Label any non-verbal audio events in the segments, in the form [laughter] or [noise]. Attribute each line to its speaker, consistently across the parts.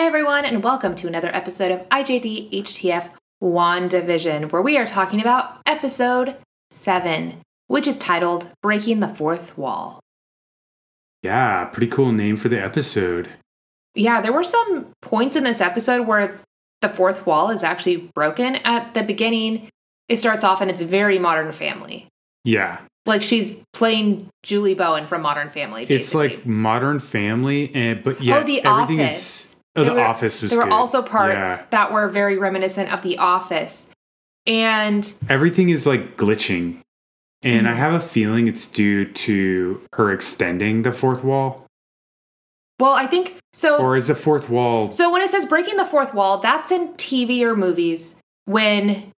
Speaker 1: everyone, and welcome to another episode of IJD HTF WandaVision, where we are talking about episode 7, which is titled Breaking the Fourth Wall.
Speaker 2: Yeah, pretty cool name for the episode.
Speaker 1: Yeah, there were some points in this episode where the fourth wall is actually broken. At the beginning, it starts off and it's very modern family.
Speaker 2: Yeah,
Speaker 1: Like she's playing Julie Bowen from Modern Family.
Speaker 2: it's
Speaker 1: basically.
Speaker 2: like Modern Family, and but yeah,
Speaker 1: oh, the
Speaker 2: everything
Speaker 1: office.
Speaker 2: is. Oh,
Speaker 1: There
Speaker 2: the
Speaker 1: were-
Speaker 2: office was.
Speaker 1: there were
Speaker 2: good.
Speaker 1: also parts
Speaker 2: Yeah.
Speaker 1: that were very reminiscent of the office and
Speaker 2: Everything is like glitching, and I
Speaker 1: Mhm.
Speaker 2: have a feeling it's due to her extending the fourth wall,
Speaker 1: well i think so
Speaker 2: or is the fourth wall?
Speaker 1: Oh. so when it says breaking the fourth wall that's in tv or movies when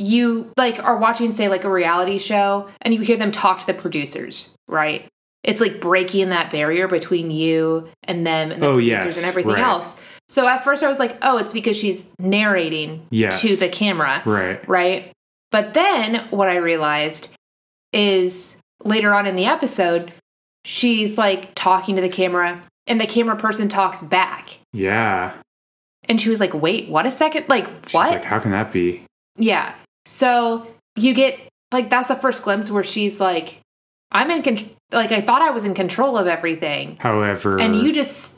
Speaker 1: you like are watching say like a reality show and you hear them talk to the producers right it's like breaking that barrier between you and them and the
Speaker 2: Oh,
Speaker 1: producers
Speaker 2: yes,
Speaker 1: and everything
Speaker 2: right.
Speaker 1: else so at first i was like oh it's because she's narrating
Speaker 2: Yes.
Speaker 1: to the camera
Speaker 2: Right.
Speaker 1: right? But then what I realized is later on in the episode, she's like talking to the camera and the camera person talks back.
Speaker 2: Yeah.
Speaker 1: And she was like, wait, what a second? Like,
Speaker 2: She's
Speaker 1: what?
Speaker 2: like, how can that be?
Speaker 1: yeah. So you get like, that's the first glimpse where she's like, I'm in control. Like, I thought I was in control of everything.
Speaker 2: However,
Speaker 1: And you just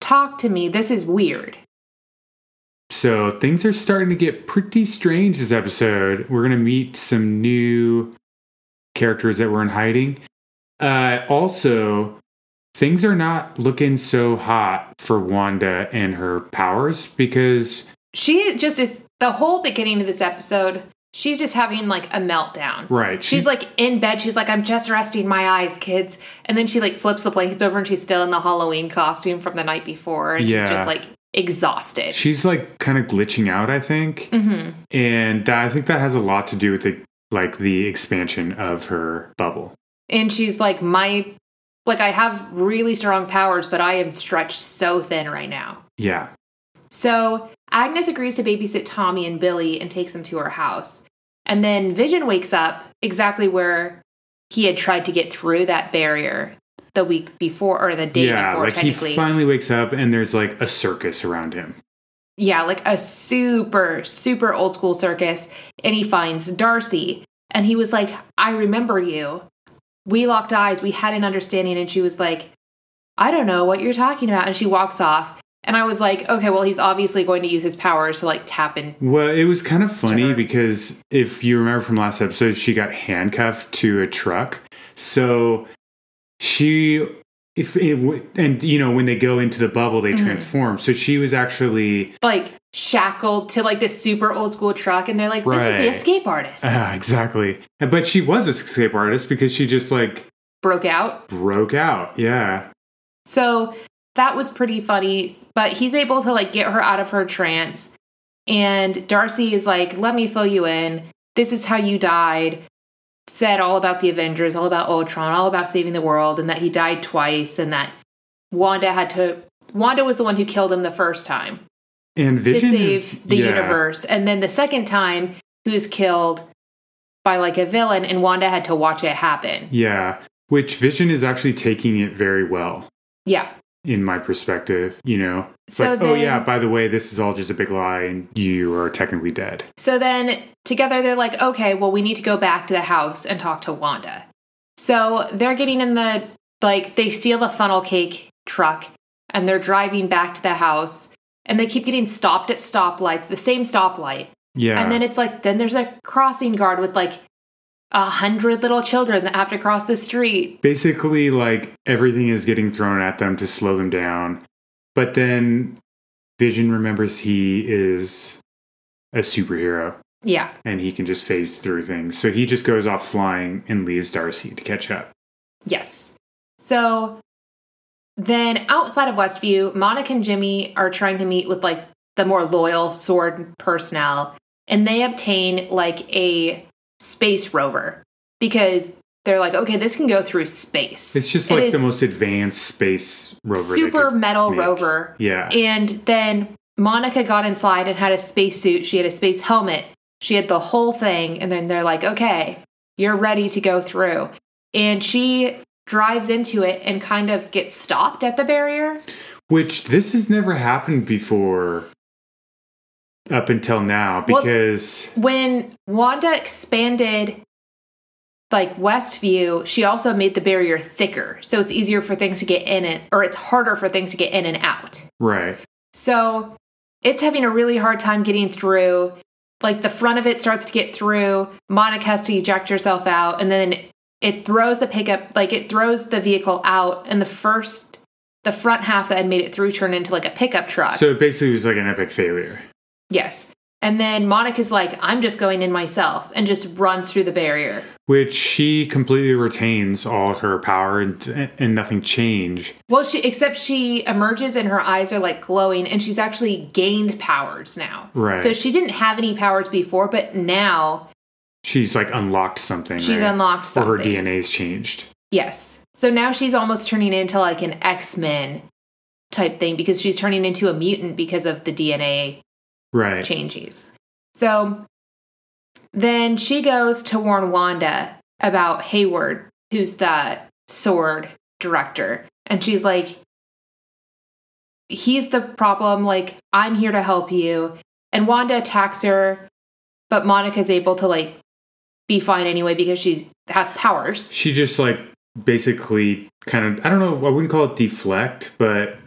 Speaker 1: talk to me. This is weird.
Speaker 2: So things are starting to get pretty strange this episode. We're going to meet some new characters that were in hiding. Uh, also, things are not looking so hot for Wanda and her powers because,
Speaker 1: She just is the whole beginning of this episode. She's just having like a meltdown.
Speaker 2: right,
Speaker 1: She's, like in bed. She's like, I'm just resting my eyes, kids. And then she like flips the blankets over and she's still in the Halloween costume from the night before. And she's
Speaker 2: Yeah.
Speaker 1: just like exhausted.
Speaker 2: she's like kind of glitching out, I think,
Speaker 1: [laughs] hmm
Speaker 2: and that, I think that has a lot to do with the like the expansion of her bubble.
Speaker 1: And she's like, My, like, I have really strong powers, but I am stretched so thin right now.
Speaker 2: Yeah,
Speaker 1: So Agnes agrees to babysit Tommy and Billy and takes them to her house. And then Vision wakes up exactly where he had tried to get through that barrier the week before or the day
Speaker 2: yeah,
Speaker 1: before,
Speaker 2: like he
Speaker 1: technically.
Speaker 2: finally wakes up and there's like a circus around him.
Speaker 1: yeah, like a super, super old school circus. And he finds Darcy. And he was like, I remember you. We locked eyes. We had an understanding. And she was like, I don't know what you're talking about. And she walks off. And I was like, okay, well, he's obviously going to use his powers to like tap in.
Speaker 2: Well, it was kind of funny
Speaker 1: her.
Speaker 2: because if you remember from last episode, she got handcuffed to a truck. So she, if it, w- and you know, when they go into the bubble, they
Speaker 1: Mhm.
Speaker 2: transform. So she was actually
Speaker 1: Like shackled to like this super old school truck. And they're like, this is
Speaker 2: Right.
Speaker 1: the escape
Speaker 2: [laughs]
Speaker 1: artist.
Speaker 2: Ah, exactly, but she was a escape artist because she just like
Speaker 1: Broke out.
Speaker 2: broke out. Yeah,
Speaker 1: So that was pretty funny. But he's able to like get her out of her trance. And Darcy is like, let me fill you in. This is how you died. Said all about the Avengers, all about Ultron, all about saving the world, and that he died twice, and that Wanda had to. Wanda was the one who killed him the first time
Speaker 2: and Vision
Speaker 1: to save
Speaker 2: is-
Speaker 1: the
Speaker 2: yeah.
Speaker 1: universe. And then the second time, he was killed by like a villain, and Wanda had to watch it happen.
Speaker 2: Yeah, which Vision is actually taking it very well
Speaker 1: Yeah.
Speaker 2: in my perspective. You know, it's
Speaker 1: So
Speaker 2: like, oh
Speaker 1: then-
Speaker 2: yeah, by the way, this is all just a big lie, and you are technically dead.
Speaker 1: So then together they're like, okay, well, we need to go back to the house and talk to Wanda. So they're getting in the, like, they steal the funnel cake truck and they're driving back to the house and they keep getting stopped at stoplights, the same stoplight.
Speaker 2: Yeah.
Speaker 1: And then it's like, then there's a crossing guard with like a hundred little children that have to cross the street.
Speaker 2: basically like everything is getting thrown at them to slow them down. But then Vision remembers he is a superhero
Speaker 1: Yeah.
Speaker 2: and he can just phase through things. So he just goes off flying and leaves Darcy to catch up.
Speaker 1: Yes. So then outside of Westview, Monica and Jimmy are trying to meet with like the more loyal sword personnel and they obtain like a space rover because they're like, okay, this can go through space.
Speaker 2: It's just
Speaker 1: It
Speaker 2: like
Speaker 1: is
Speaker 2: the most advanced space rover. they
Speaker 1: super
Speaker 2: could-
Speaker 1: metal
Speaker 2: make.
Speaker 1: rover.
Speaker 2: yeah.
Speaker 1: And then Monica got inside and had a spacesuit. She had a space helmet. She had the whole thing. And then they're like, okay, you're ready to go through. And she drives into it and kind of gets stopped at the barrier.
Speaker 2: Which this has never happened before up until now
Speaker 1: Well-
Speaker 2: because
Speaker 1: When Wanda expanded like Westview, she also made the barrier thicker. So it's easier for things to get in it, or it's harder for things to get in and out.
Speaker 2: right.
Speaker 1: So it's having a really hard time getting through. Like the front of it starts to get through. Monica has to eject herself out, and then it throws the pickup, like it throws the vehicle out. And the first, the front half that had made it through turned into like a pickup truck.
Speaker 2: So it basically was like an epic failure.
Speaker 1: yes. And then Monica's like, I'm just going in myself and just runs through the barrier.
Speaker 2: Which she completely retains all her power and, and nothing change.
Speaker 1: Well, she, except she emerges and her eyes are like glowing and she's actually gained powers now.
Speaker 2: Right.
Speaker 1: So she didn't have any powers before, but now
Speaker 2: She's like unlocked something.
Speaker 1: she's
Speaker 2: right?
Speaker 1: unlocked something.
Speaker 2: Or her DNA's changed.
Speaker 1: Yes. So now she's almost turning into like an X Men type thing because she's turning into a mutant because of the DNA
Speaker 2: Right.
Speaker 1: changes. So then she goes to warn Wanda about Hayward, who's the sword director. And she's like, he's the problem. Like, I'm here to help you. And Wanda attacks her, but Monica's able to like be fine anyway because she has powers.
Speaker 2: She just like basically kind of, I don't know, I wouldn't call it deflect, but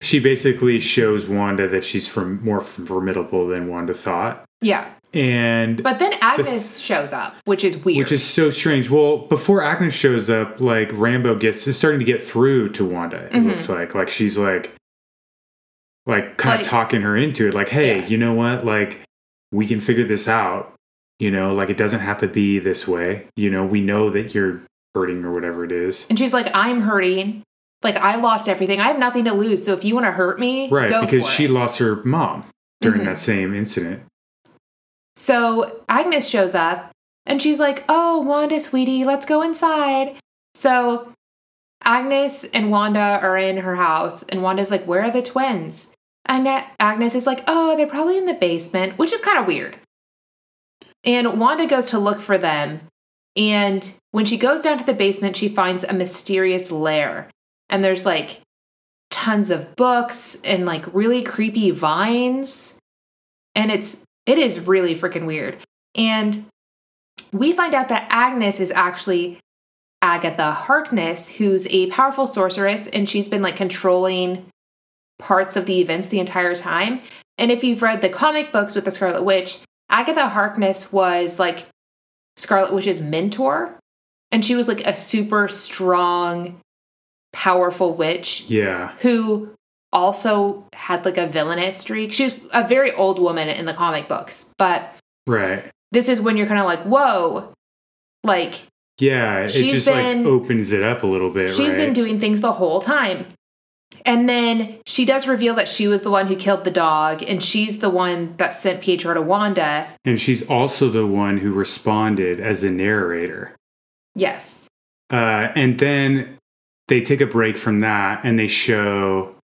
Speaker 2: she basically shows Wanda that she's from more formidable than Wanda thought.
Speaker 1: Yeah.
Speaker 2: And
Speaker 1: But then Agnes shows up, which is weird.
Speaker 2: which is so strange. Well, before Agnes shows up, like Rambo gets is starting to get through to Wanda. It
Speaker 1: Mhm.
Speaker 2: looks like like she's like, like kind
Speaker 1: Like-
Speaker 2: of talking her into it. Like, hey,
Speaker 1: Yeah.
Speaker 2: you know what? Like, we can figure this out. You know, like it doesn't have to be this way. You know, we know that you're hurting or whatever it is.
Speaker 1: and she's like, I'm hurting. Like, I lost everything. I have nothing to lose. So if you want to hurt me,
Speaker 2: Right,
Speaker 1: go
Speaker 2: because
Speaker 1: for
Speaker 2: she
Speaker 1: it.
Speaker 2: lost her mom during
Speaker 1: Mhm.
Speaker 2: that same incident.
Speaker 1: So Agnes shows up and she's like, Oh, Wanda, sweetie, let's go inside. So Agnes and Wanda are in her house, and Wanda's like, Where are the twins? And A- Agnes is like, Oh, they're probably in the basement, which is kind of weird. And Wanda goes to look for them. And when she goes down to the basement, she finds a mysterious lair. And there's like tons of books and like really creepy vines. And it's it is really freaking weird. And we find out that Agnes is actually Agatha Harkness, who's a powerful sorceress, and she's been like controlling parts of the events the entire time. And if you've read the comic books with the Scarlet Witch, Agatha Harkness was like Scarlet Witch's mentor, and she was like a super strong, powerful witch
Speaker 2: Yeah,
Speaker 1: who also had like a villainous streak. She's a very old woman in the comic books, but
Speaker 2: right.
Speaker 1: this is when you're kind of like, whoa, like
Speaker 2: Yeah, it
Speaker 1: She's
Speaker 2: just
Speaker 1: been-
Speaker 2: like opens it up a little bit.
Speaker 1: she's
Speaker 2: right?
Speaker 1: been doing things the whole time. And then she does reveal that she was the one who killed the dog, and she's the one that sent Pietro to Wanda.
Speaker 2: And she's also the one who responded as a narrator.
Speaker 1: Yes.
Speaker 2: Uh, and then they take a break from that and they show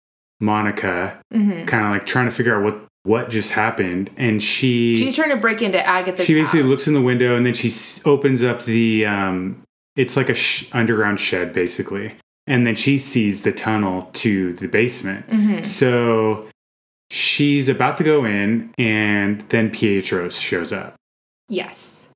Speaker 2: Monica
Speaker 1: hmm
Speaker 2: kind of like trying to figure out what, what just happened. And she,
Speaker 1: She's trying to break into Agatha's.
Speaker 2: she basically
Speaker 1: house.
Speaker 2: looks in the window and then she s- opens up the, um, it's like a sh- underground shed basically. And then she sees the tunnel to the basement.
Speaker 1: Mhm.
Speaker 2: So she's about to go in and then Pietro shows up.
Speaker 1: Yes.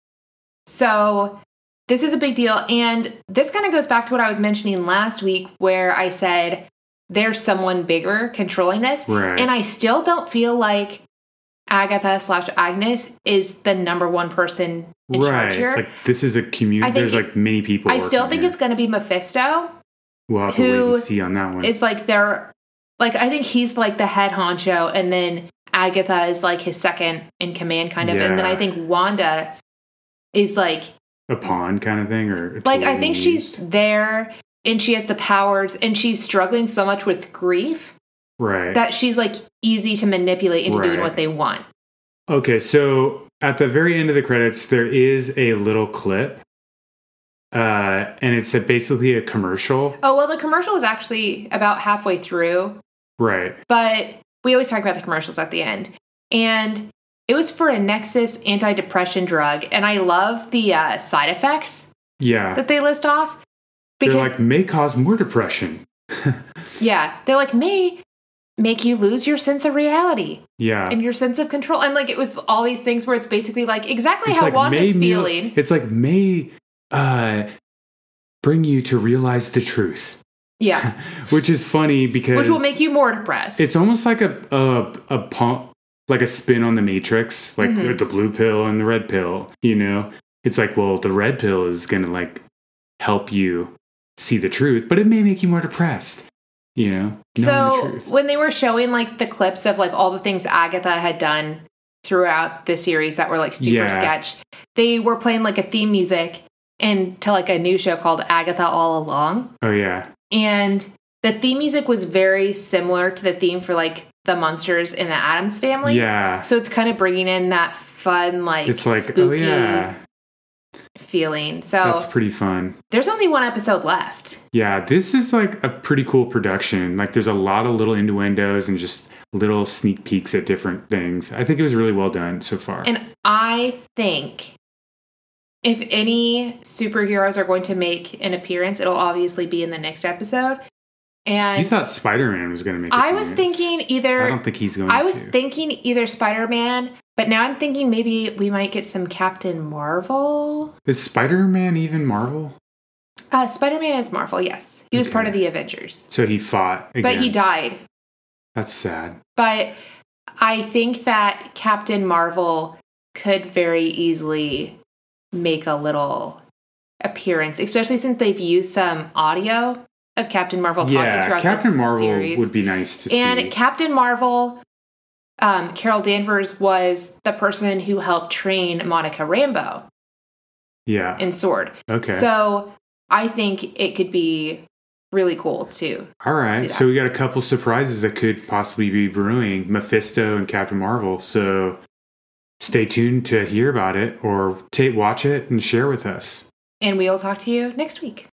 Speaker 1: So this is a big deal. And this kind of goes back to what I was mentioning last week, where I said there's someone bigger controlling this.
Speaker 2: Right.
Speaker 1: And I still don't feel like Agatha slash Agnes is the number one person in charge here.
Speaker 2: Like this is a
Speaker 1: I
Speaker 2: community.
Speaker 1: think
Speaker 2: There's
Speaker 1: it-
Speaker 2: like many people.
Speaker 1: I still
Speaker 2: working
Speaker 1: think
Speaker 2: here. Mm-hmm.
Speaker 1: it's going to be Mephisto.
Speaker 2: We'll have to wait
Speaker 1: who
Speaker 2: and see on that one.
Speaker 1: It's like they're like I think he's like the head honcho, and then Agatha is like his second in command, kind of. And then
Speaker 2: Yeah.
Speaker 1: I think Wanda is like
Speaker 2: a pond kind of thing, or a
Speaker 1: like
Speaker 2: tool
Speaker 1: i think she's
Speaker 2: used?
Speaker 1: there and she has the powers and she's struggling so much with grief
Speaker 2: right.
Speaker 1: that she's like easy to manipulate into doing
Speaker 2: Right.
Speaker 1: what they want
Speaker 2: okay, so at the very end of the credits, there is a little clip, uh, and it's a, basically a commercial.
Speaker 1: oh well the commercial was actually about halfway through
Speaker 2: Right.
Speaker 1: but we always talk about the commercials at the end and it was for a nexus antidepressant drug and i love the uh, side effects
Speaker 2: Yeah.
Speaker 1: that they list off
Speaker 2: They're
Speaker 1: because
Speaker 2: like may cause more depression.
Speaker 1: Yeah. They like may make you lose your sense of reality
Speaker 2: Yeah.
Speaker 1: and your sense of control. And like it was all these things where it's basically like exactly how
Speaker 2: like
Speaker 1: Wanda's
Speaker 2: may- [laughs]
Speaker 1: feeling.
Speaker 2: It's like may uh, bring you to realize the truth,
Speaker 1: yeah.
Speaker 2: which is funny because
Speaker 1: Which will make you more depressed.
Speaker 2: It's almost like a a, a pump, like a spin on the Matrix, like
Speaker 1: Mhm.
Speaker 2: the blue pill and the red pill. You know, it's like well, the red pill is gonna like help you see the truth, but it may make you more depressed. You know, knowing the
Speaker 1: so
Speaker 2: truth.
Speaker 1: when they were showing like the clips of like all the things Agatha had done throughout the series that were like super
Speaker 2: Yeah.
Speaker 1: sketch, they were playing like a theme music and to like a new show called Agatha All Along.
Speaker 2: oh yeah,
Speaker 1: And the theme music was very similar to the theme for like the monsters in the Adams family.
Speaker 2: yeah.
Speaker 1: So it's kind of bringing in that fun, like,
Speaker 2: It's like
Speaker 1: spooky
Speaker 2: oh yeah,
Speaker 1: feeling. So
Speaker 2: that's pretty fun.
Speaker 1: there's only one episode left.
Speaker 2: Yeah, this is like a pretty cool production. Like there's a lot of little innuendos and just little sneak peeks at different things. I think it was really well done so far.
Speaker 1: And I think if any superheroes are going to make an appearance, it'll obviously be in the next episode.
Speaker 2: you
Speaker 1: And
Speaker 2: thought Spider-Man was going to make
Speaker 1: I was
Speaker 2: appearance.
Speaker 1: thinking
Speaker 2: I
Speaker 1: either
Speaker 2: don't think he's going
Speaker 1: I was
Speaker 2: to.
Speaker 1: thinking either Spider-Man, but now I'm thinking maybe we might get some Captain Marvel.
Speaker 2: is Spider-Man even Marvel?
Speaker 1: Uh, Spider-Man is Marvel, yes. He was part of the Avengers.
Speaker 2: So he fought
Speaker 1: But he
Speaker 2: against-
Speaker 1: died.
Speaker 2: That's sad.
Speaker 1: But I think that Captain Marvel could very easily make a little appearance, especially since they've used some audio of Captain Marvel talking
Speaker 2: yeah,
Speaker 1: throughout
Speaker 2: Captain
Speaker 1: this
Speaker 2: Marvel
Speaker 1: series.
Speaker 2: would be nice to
Speaker 1: and
Speaker 2: see.
Speaker 1: Captain Marvel, um, Carol Danvers was the person who helped train Monica Rambo
Speaker 2: yeah.
Speaker 1: in Sword.
Speaker 2: okay.
Speaker 1: So I think it could be really cool too.
Speaker 2: All
Speaker 1: see
Speaker 2: right.
Speaker 1: that.
Speaker 2: So we got a couple surprises that could possibly be brewing Mephisto and Captain Marvel. So stay tuned to hear about it or take watch it and share with us.
Speaker 1: And we will talk to you next week.